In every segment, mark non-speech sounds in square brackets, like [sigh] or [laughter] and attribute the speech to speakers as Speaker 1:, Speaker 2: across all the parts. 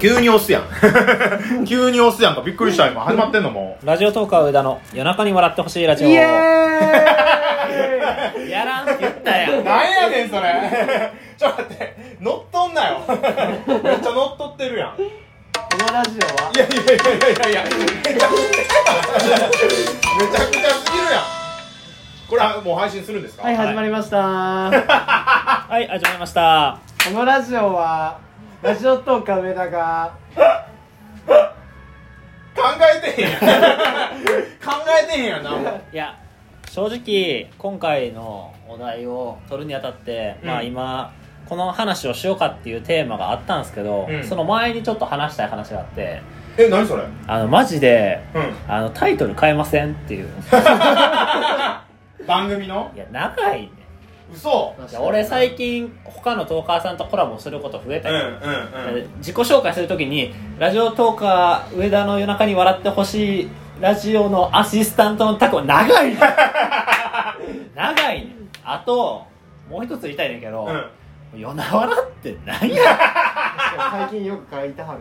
Speaker 1: 急に押すやん [laughs] 急に押すやんかびっくりした今始まってんの [laughs] も
Speaker 2: ラジオトーカー上田の夜中に笑ってほしいラジオ
Speaker 3: イエ
Speaker 2: や
Speaker 3: ーイ
Speaker 2: らんって言ったやん
Speaker 1: なんやねんそれ [laughs] ちょっと待って乗っとんなよめっちゃ乗っとってるやん
Speaker 3: このラジオはい
Speaker 1: やいやいやいやいやめちゃくちゃめちゃくちゃすぎるやんこれはもう配信するんですか
Speaker 3: はい
Speaker 2: はい
Speaker 3: 始まりました
Speaker 2: はい始まりました
Speaker 3: このラジオはラジオトーク上田が
Speaker 1: 考え [laughs] てへんやん考えてへんやんなも
Speaker 2: いや正直今回のお題を取るにあたって、
Speaker 1: うん
Speaker 2: まあ今この話をしようかっていうテーマがあったんですけど、
Speaker 1: うん
Speaker 2: その前にちょっと話したい話があって
Speaker 1: え何それうん
Speaker 2: あのマジであのタイトル変えませんっ
Speaker 1: [laughs]
Speaker 2: ていう
Speaker 1: 番組の
Speaker 2: いや長いね
Speaker 1: 嘘
Speaker 2: いや俺最近他のトーカーさんとコラボすること増え
Speaker 1: う
Speaker 2: た
Speaker 1: んう
Speaker 2: け
Speaker 1: ん
Speaker 2: ど、
Speaker 1: うん
Speaker 2: 自己紹介するときにラジオトーカー上田の夜中に笑ってほしいラジオのアシスタントのタコ長いね長いねあともう一つ言いたいねんけど、
Speaker 1: うん
Speaker 2: 夜な笑って何や
Speaker 3: 最近よく書いてはる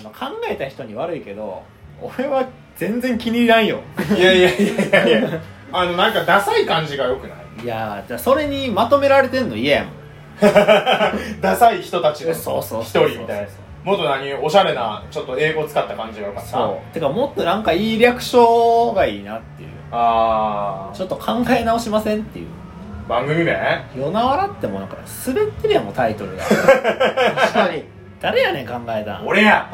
Speaker 2: あの考えた人に悪いけど俺は全然気に入らんよ
Speaker 1: いやいやいやいやいやあのなんかダサい感じがよくない
Speaker 2: いやーじゃあそれにまとめられてんの嫌やもん
Speaker 1: [laughs] ダサい人たちの
Speaker 2: そうそう
Speaker 1: 一
Speaker 2: そう
Speaker 1: 人みたいなもっと何おしゃれなちょっと英語使った感じがよかった
Speaker 2: そうてかもっとなんかいい略称がいいなっていう
Speaker 1: あ
Speaker 2: ちょっと考え直しませんっていう
Speaker 1: ー番組名
Speaker 2: 夜な笑ってもなんか滑ってるやんもうタイトルが
Speaker 3: 確かに
Speaker 2: 誰やねん考えたん
Speaker 1: 俺
Speaker 2: [laughs]
Speaker 1: や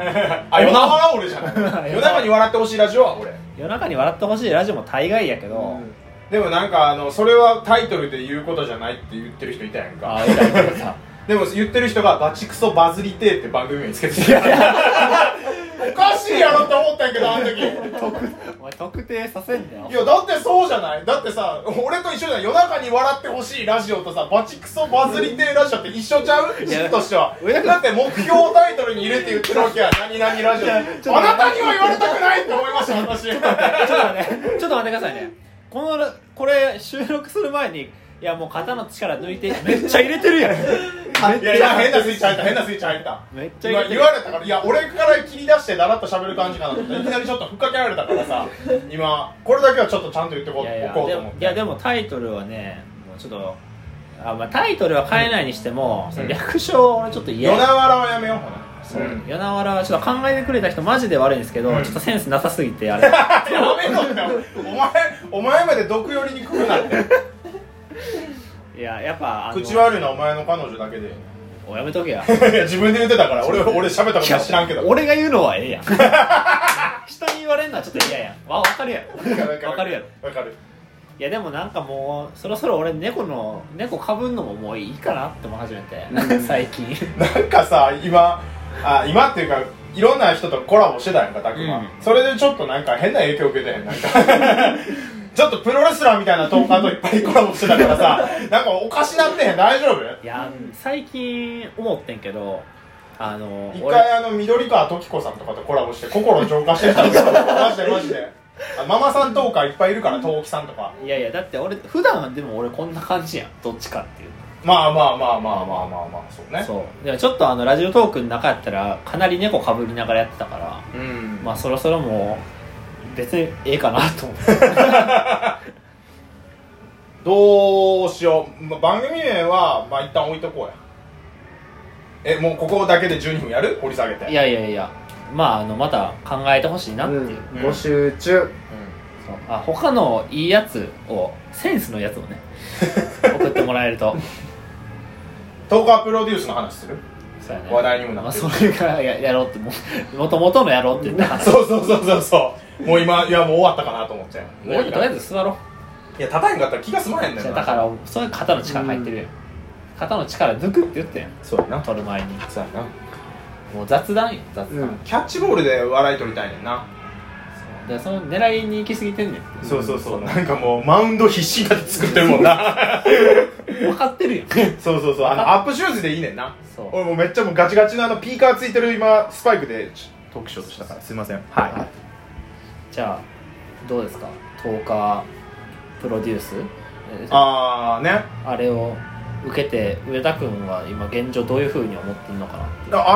Speaker 1: あ夜中は俺じゃない夜中に笑ってほしいラジオは俺
Speaker 2: 夜中に笑ってほしいラジオも大概やけど、
Speaker 3: うん
Speaker 1: でもなんかあのそれはタイトルで言うことじゃないって言ってる人いたやん
Speaker 2: あ
Speaker 1: か
Speaker 2: あ偉いけどさ
Speaker 1: でも言ってる人が「バチクソバズりてー」って番組名つけてきたおかしいやろって思ったんやけどあの時
Speaker 2: お前特定させんだよ
Speaker 1: いやだってそうじゃないだってさ俺と一緒じゃん夜中に笑ってほしいラジオとさバチクソバズりてーラジオって一緒ちゃう
Speaker 2: や
Speaker 1: 質としては
Speaker 2: 上田君
Speaker 1: だって目標タイトルに入れて言ってるわけや何々ラジオあなたには言われたくないって思いました私
Speaker 2: ちょっと待ってちょっと待ってくださいねこのこれ収録する前にいやもう肩の力抜いてめっちゃ入れてるやん
Speaker 1: いやいや変なスイッチ入った変なスイッチ入った
Speaker 2: めっちゃ入
Speaker 1: 今
Speaker 2: れて
Speaker 1: 言
Speaker 2: る
Speaker 1: われたからいや俺から切り出してだらっと喋る感じかなと思ったらいきなりちょっとふっかけられたからさ今これだけはちょっとちゃんと言ってこ
Speaker 2: いうやいや
Speaker 1: こう
Speaker 2: で
Speaker 1: と思
Speaker 2: も
Speaker 1: っ
Speaker 2: いや
Speaker 1: て
Speaker 2: でもタイトルはねもうちょっとあ、まあ、タイトルは変えないにしても、その略称はちょっと嫌
Speaker 1: 夜
Speaker 2: や
Speaker 1: なわらはやめようかな
Speaker 2: そううん夜なわらはちょっと考えてくれた人マジで悪いんですけど、
Speaker 1: うん
Speaker 2: ちょっとセンスなさすぎ
Speaker 1: [laughs]
Speaker 2: てあれ
Speaker 1: やめろってお前お前まで毒寄りに来るな
Speaker 2: [laughs]
Speaker 1: って
Speaker 2: いややっぱあの
Speaker 1: 口悪いのはお前の彼女だけで
Speaker 2: おやめとけや
Speaker 1: いや自分で言ってたから俺俺喋ったことは知らんけど
Speaker 2: 俺が言うのはええやん [laughs] 人に言われるのはちょっと嫌やんわ分かるやろわかるやろ
Speaker 1: わかる
Speaker 2: いやでもなんかもうそろそろ俺猫の猫かぶんのももういいかなって思い始めて最近
Speaker 1: なんかさ今あ今っていうかいろんな人とコラボしてたやんか拓磨、
Speaker 2: うん
Speaker 1: それでちょっとなんか変な影響受けてへんなんか [laughs] ちょっとプロレスラーみたいなトーカーといっぱいコラボしてたからさなんかおかしなってへん大丈夫
Speaker 2: いや最近思ってんけどあの
Speaker 1: 一
Speaker 2: 俺
Speaker 1: 回あの緑川時子さんとかとコラボして心浄化してきたんですよマジでマジであママさんトーカーいっぱいいるから東木さんとか
Speaker 2: いやいやだって俺普段はでも俺こんな感じやんどっちかっていう
Speaker 1: まあまあまあまあまあまあまあそうね
Speaker 2: そうでもちょっとあのラジオトークの中やったらかなり猫かぶりながらやってたから
Speaker 1: うん
Speaker 2: まあそろそろもう別にええかなと思
Speaker 1: [laughs]
Speaker 2: って
Speaker 1: どうしよう、まあ、番組名はまあ一旦置いとこうやえもうここだけで12分やる掘り下げて
Speaker 2: いやいやいやまああのまた考えてほしいなっていう、
Speaker 3: うん募集中
Speaker 2: そうあ他のいいやつをセンスのや
Speaker 1: [laughs]
Speaker 2: つをね送ってもらえると
Speaker 1: トーカープロデュースの話する
Speaker 2: そうやね
Speaker 1: 話題にもな
Speaker 2: ま
Speaker 1: る
Speaker 2: あ、それからややろうってももともとのやろうって言ったから
Speaker 1: そうそうそうそうそうもう今いやもう終わったかなと思っちゃう
Speaker 2: もうとりあえ
Speaker 1: ず
Speaker 2: ず座ろ
Speaker 1: いや叩いんかったら気が済まへん
Speaker 2: う
Speaker 1: ね
Speaker 2: だ
Speaker 1: んな
Speaker 2: からそういう肩の力入ってるよ肩の力抜くって言ってん
Speaker 1: そうやな
Speaker 2: 取る前に
Speaker 1: そうやな
Speaker 2: もう雑談よ雑談、
Speaker 3: うん
Speaker 1: キャッチボールで笑い取りたいねんな、
Speaker 2: そうでその狙いに行き過ぎてんねんって
Speaker 1: そうそうそうなんかもうマウンド必死になって作ってるもんな
Speaker 2: 分かってるよ
Speaker 1: [laughs] そうそうそう [laughs] あのアップシューズでいいねんな
Speaker 2: そう
Speaker 1: 俺もうめっちゃもうガチガチのあのピーカーついてる今スパイクでちょトークしようとしたからすいませんはい
Speaker 2: じゃあどうですか10日プロデュースえ
Speaker 1: ああね
Speaker 2: あれを受けて上田君は今現状どういうふうに思ってるのかなっ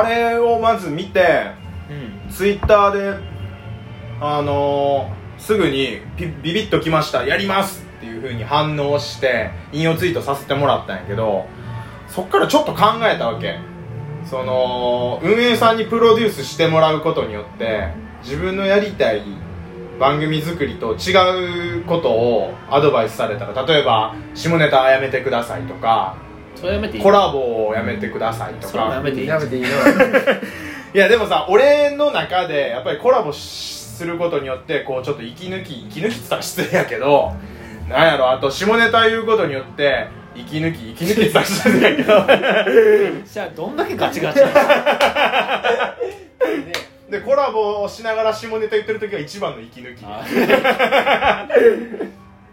Speaker 2: ていう
Speaker 1: あれをまず見て
Speaker 2: うん
Speaker 1: ツイッターであのーすぐにピビビッときましたやりますっていうふうに反応して引用ツイートさせてもらったんやけどそっからちょっと考えたわけその運営さんにプロデュースしてもらうことによって自分のやりたい番組作りと違うことをアドバイスされたら例えば下ネタはやめてくださいとか
Speaker 2: それやめていい
Speaker 1: コラボをやめてくださいと
Speaker 2: そんな
Speaker 1: か
Speaker 2: やめていい
Speaker 3: やめていいの
Speaker 1: いやでもさ俺の中でやっぱりコラボしすることによってこうちょっと息抜き息抜きって言ったら失礼やけどなんやろあと下ネタ言うことによって息抜き息抜きって言ったら失礼やけど
Speaker 2: じゃあどんだけガチガチな [laughs] の
Speaker 1: でコラボをしながら下ネタ言ってる時が一番の息抜きだ
Speaker 2: あ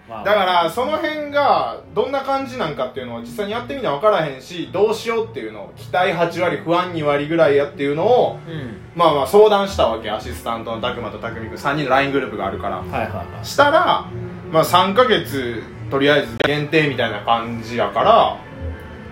Speaker 2: まあ
Speaker 1: からその辺がどんな感じなんかっていうのを実際にやってみな分からへんしどうしようっていうのを期待8割不安2割ぐらいやっていうのを
Speaker 2: うん
Speaker 1: まあまあ相談したわけアシスタントの拓磨と拓海君3人の LINE グループがあるから
Speaker 2: はいはいは
Speaker 1: したら、まあ、3ヶ月とりあえず限定みたいな感じやから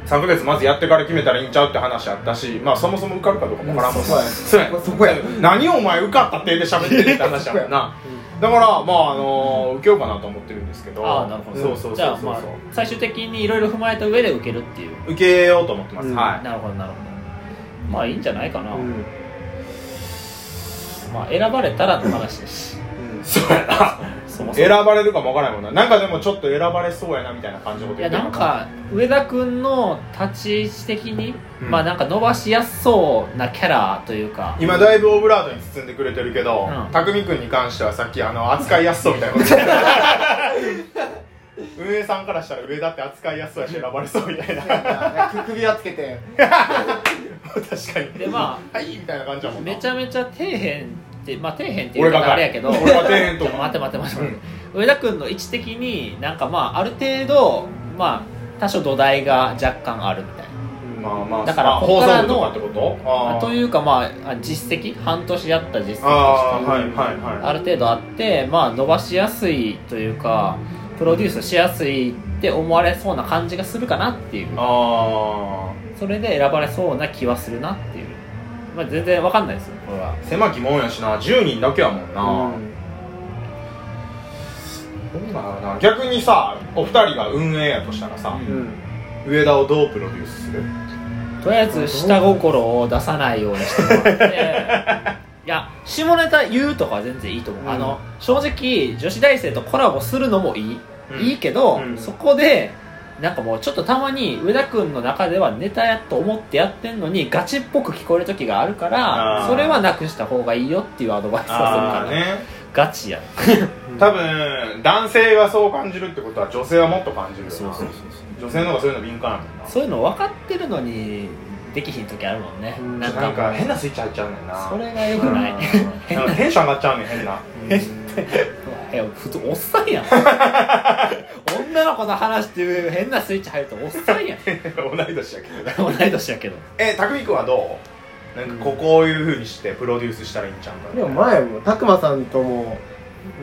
Speaker 1: 3ヶ月まずやってから決めたらいいんちゃうって話やったし、まあ、そもそも受かるかどうかもわからんもん
Speaker 3: そうや
Speaker 1: そうや
Speaker 3: そこや
Speaker 1: 何お前受かったってで喋ってるって話やもんなだからまああのー受けようかなと思ってるんですけど
Speaker 2: ああなるほど
Speaker 1: そうそうそうそう
Speaker 2: じゃあまあ最終的にいろいろ踏まえた上で受けるっていう
Speaker 1: 受けようと思ってます、
Speaker 3: うん
Speaker 1: はい
Speaker 2: なるほどなるほどまあいいんじゃないかな、
Speaker 3: うん
Speaker 2: まあ選ばれたらの話ですし
Speaker 1: そうやな
Speaker 2: そもそも
Speaker 1: 選ばれるかもわからないもんななんかでもちょっと選ばれそうやなみたいな感じのこと
Speaker 2: い
Speaker 1: 言
Speaker 2: や
Speaker 1: ってる
Speaker 2: なんか上田君の立ち位置的に、
Speaker 1: うん
Speaker 2: まあなんか伸ばしやすそうなキャラというか
Speaker 1: 今だいぶオブラートに包んでくれてるけど
Speaker 2: うん
Speaker 1: 匠君に関してはさっきあの扱いやすそうみたいなこと
Speaker 2: [laughs]
Speaker 1: 言ってた運営さんからしたら上だって扱いやすそうやし選ばれそうみたいな確か
Speaker 3: 首輪つけて
Speaker 1: に
Speaker 2: でま
Speaker 1: あはいみたいな感じだもんな
Speaker 2: めちゃめちゃ底辺ってまあ底辺っていう
Speaker 1: 俺が
Speaker 2: か
Speaker 1: か
Speaker 2: あれやけど
Speaker 1: 俺が底辺と
Speaker 2: ちょ待て待て待て待て、
Speaker 1: うん
Speaker 2: 上田君の位置的になんかまあある程度まあ多少土台が若干あるみたいな
Speaker 1: まあまあ
Speaker 2: だから
Speaker 1: あ
Speaker 2: こ
Speaker 1: 放
Speaker 2: こから
Speaker 1: 送部
Speaker 2: の
Speaker 1: とかってこと
Speaker 2: ま
Speaker 1: あ
Speaker 2: あというかまああ実績半年やった実績として
Speaker 1: ああーはいはいは
Speaker 2: ある程度あって、まあ、伸ばしやすいというかプロデュースしやすいって思われそうな感じがするかなっていう
Speaker 1: いあ
Speaker 2: それで選ばれそうな気はするなっていう、まあ、全然わかんないですよこれは
Speaker 1: あ狭きもんやしな10人だけやもんな、どうなんやろな逆にさお二人が運営やとしたらさ、
Speaker 2: う
Speaker 3: うん
Speaker 1: 上田をどうプロデュースする
Speaker 2: とりあえず下心を出さないようにしてもらって
Speaker 1: [laughs]
Speaker 2: いや下ネタ言うとかは全然いいと思う、
Speaker 3: うん
Speaker 2: あの正直女子大生とコラボするのもいい、
Speaker 1: うん
Speaker 2: いいけど、
Speaker 1: うん
Speaker 2: そこでなんかもうちょっとたまに上田君の中ではネタやと思ってやってんのにガチっぽく聞こえる時があるか
Speaker 1: あ
Speaker 2: ら
Speaker 1: ー
Speaker 2: それはなくした方がいいよっていうアドバイスをするか
Speaker 1: あ
Speaker 2: ら、
Speaker 1: ーね
Speaker 2: ガチや
Speaker 1: 多分男性がそう感じるってことは女性はもっと感じるよな女性の方がそういうの敏感やもんな
Speaker 2: そういうの分かってるのにできひん時あるもんね、
Speaker 3: うん
Speaker 2: なんか
Speaker 1: なんか変なスイッチ入っちゃうねんな
Speaker 2: それがよくない、
Speaker 1: うんなんかテンション上がっちゃうねん変な [laughs]
Speaker 2: うわいや普通おっさんやん [laughs] 女の子の話っていう変なスイッチ入るとおっさんやん
Speaker 1: 同い年やけどね
Speaker 2: 同い年やけど
Speaker 1: え匠君はどうなんかこうこういうふうにしてプロデュースしたらいいんちゃうんか
Speaker 3: でも前も拓磨さんとも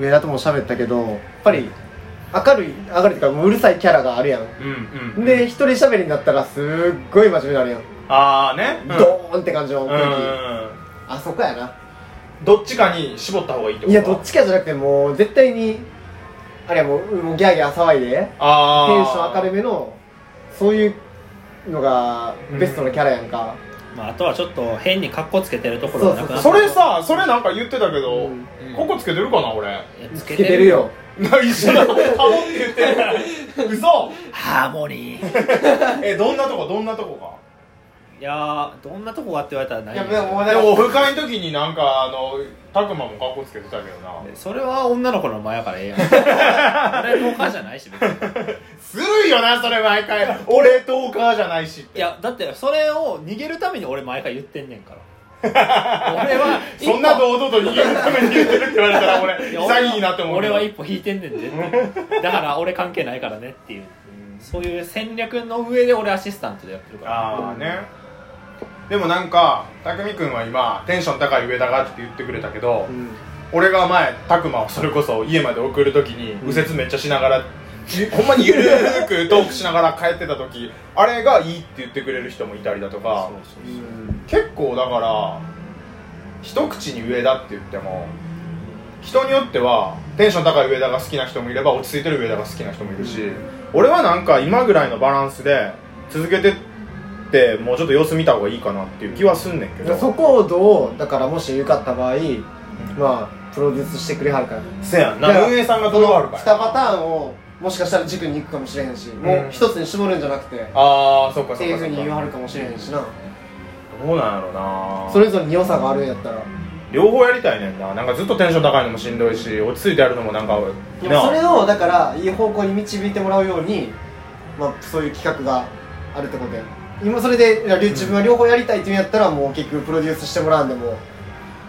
Speaker 3: 上田とも喋ったけどやっぱり明るい明るいっていうかもううるさいキャラがあるやん
Speaker 1: うんうん
Speaker 3: で一人喋りになったらすっごい真面目になるやん、
Speaker 1: ああねうん
Speaker 3: ドーンって感じの
Speaker 1: うん
Speaker 3: 雰囲気、
Speaker 1: うん
Speaker 3: あそこやな
Speaker 1: どっちかに絞った方がいいってこ
Speaker 3: い
Speaker 1: とい
Speaker 3: やどっちかじゃなくてもう絶対にあれやもうもうギャーギャー騒いでテンシ
Speaker 1: ああ
Speaker 3: ョン明るめのそういうのがベストのキャラやんか、
Speaker 2: まあ、あとはちょっと変に格好つけてるところがなくなっ
Speaker 1: それさそれなんか言ってたけど、
Speaker 3: うん
Speaker 1: ここつけてるかな俺
Speaker 2: つ
Speaker 3: つけてるよ
Speaker 1: 一緒だハモって言ってる [laughs] 嘘
Speaker 2: ハーモニー
Speaker 1: えどんなとこどんなとこか
Speaker 2: いやーどんなとこがって言われたらないい
Speaker 3: やでも
Speaker 1: でもオフ会の時になんかあの拓磨も格好つけてたけどな
Speaker 2: それは女の子の前やからええやん俺の母じゃないし別に
Speaker 1: ずるいよなそれ毎回俺とお母じゃないしっ
Speaker 2: い
Speaker 1: て
Speaker 2: やだってそれを逃げるために俺毎回言ってんねん
Speaker 1: [laughs]
Speaker 2: から俺は
Speaker 1: そんな堂々と逃げるために言ってるって言われたら俺 [laughs]
Speaker 2: いや俺は
Speaker 1: 詐欺になって思う
Speaker 2: 俺は一歩引いてんねんでってだから俺関係ないからねっていうそういう戦略の上で俺アシスタントでやってるから
Speaker 1: ああねでもなんか匠君は今テンション高い上田がって言ってくれたけど、
Speaker 3: うん
Speaker 1: 俺が前拓磨をそれこそ家まで送る時に右折めっちゃしながらほんまにゆるーくトークしながら帰ってた時 [laughs] あれがいいって言ってくれる人もいたりだとか結構だから一口に上田って言っても人によってはテンション高い上田が好きな人もいれば落ち着いてる上田が好きな人もいるし、俺はなんか今ぐらいのバランスで続けてってもうちょっと様子見た方がいいかなっていう気はすんねんけど
Speaker 3: そこをどうだからもしよかった場合まあプロデュースしてくれはるから
Speaker 1: せやん
Speaker 3: だか
Speaker 1: な
Speaker 3: ら
Speaker 1: 運営さんがどうあるか
Speaker 3: 2
Speaker 1: ら
Speaker 3: パターンをもしかしたら軸に行くかもしれへんし、もう一つに絞るんじゃなくてっ
Speaker 1: ああそっかそ
Speaker 3: て
Speaker 1: っ
Speaker 3: いう
Speaker 1: か
Speaker 3: ふ
Speaker 1: そうっ
Speaker 3: に言わ
Speaker 1: か
Speaker 3: はるかもしれへんしな
Speaker 1: どうなんやろうな
Speaker 3: それぞれに良さがあるんやったら
Speaker 1: 両方やりたいねんななんかずっとテンション高いのもしんどいし落ち着いてやるのもなんか
Speaker 3: でもそれ
Speaker 1: な
Speaker 3: をだからいい方向に導いてもらうように、まあ、そういう企画があるってことで今それでいや自分は両方やりたいっていうんやったらもう結局プロデュースしてもらうんでも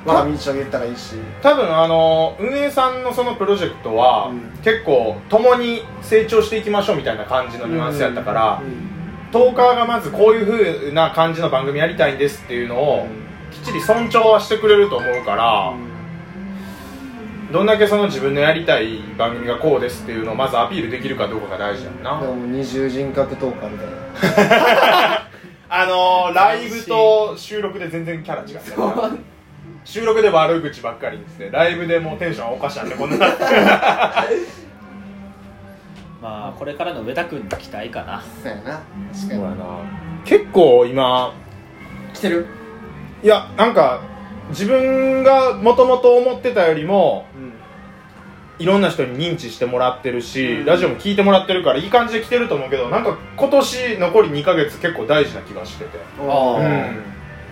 Speaker 3: 我が民主を言ったらいいし
Speaker 1: 多分あの運営さんのそのプロジェクトは、
Speaker 3: うん
Speaker 1: 結構共に成長していきましょうみたいな感じのニュアンスやったから、
Speaker 3: うん
Speaker 1: トーカーがまずこういう風な感じの番組やりたいんですっていうのを、きっちり尊重はしてくれると思うから、どんだけその自分のやりたい番組がこうですっていうのをまずアピールできるかどうかが大事やんな、
Speaker 3: でももう二重人格トーカーみたいな
Speaker 1: あのー、ライブと収録で全然キャラ違うから収録で悪口ばっかりですねライブでもうテンションおかしなんでこんな
Speaker 2: まあこれからの上田君に期待かな
Speaker 3: そうやな確かに
Speaker 1: 結構今
Speaker 3: 来てる
Speaker 1: いやなんか自分がもともと思ってたよりも
Speaker 3: うん
Speaker 1: いろんな人に認知してもらってるし、
Speaker 3: うん
Speaker 1: ラジオも聞いてもらってるからいい感じで来てると思うけどなんか今年残り2ヶ月結構大事な気がしてて
Speaker 2: あ
Speaker 1: うん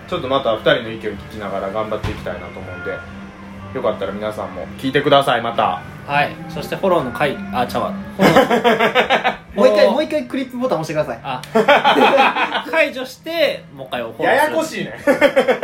Speaker 1: ちょっとまた2人の意見を聞きながら頑張っていきたいなと思うんでよかったら皆さんも聞いてくださいまた
Speaker 2: はいそしてフォローの回あちゃうわ
Speaker 3: もう一回もう
Speaker 2: 一
Speaker 3: 一回クリップボタン押してください [laughs]
Speaker 2: あ解除してもう一回をフォローする
Speaker 1: ややこしいね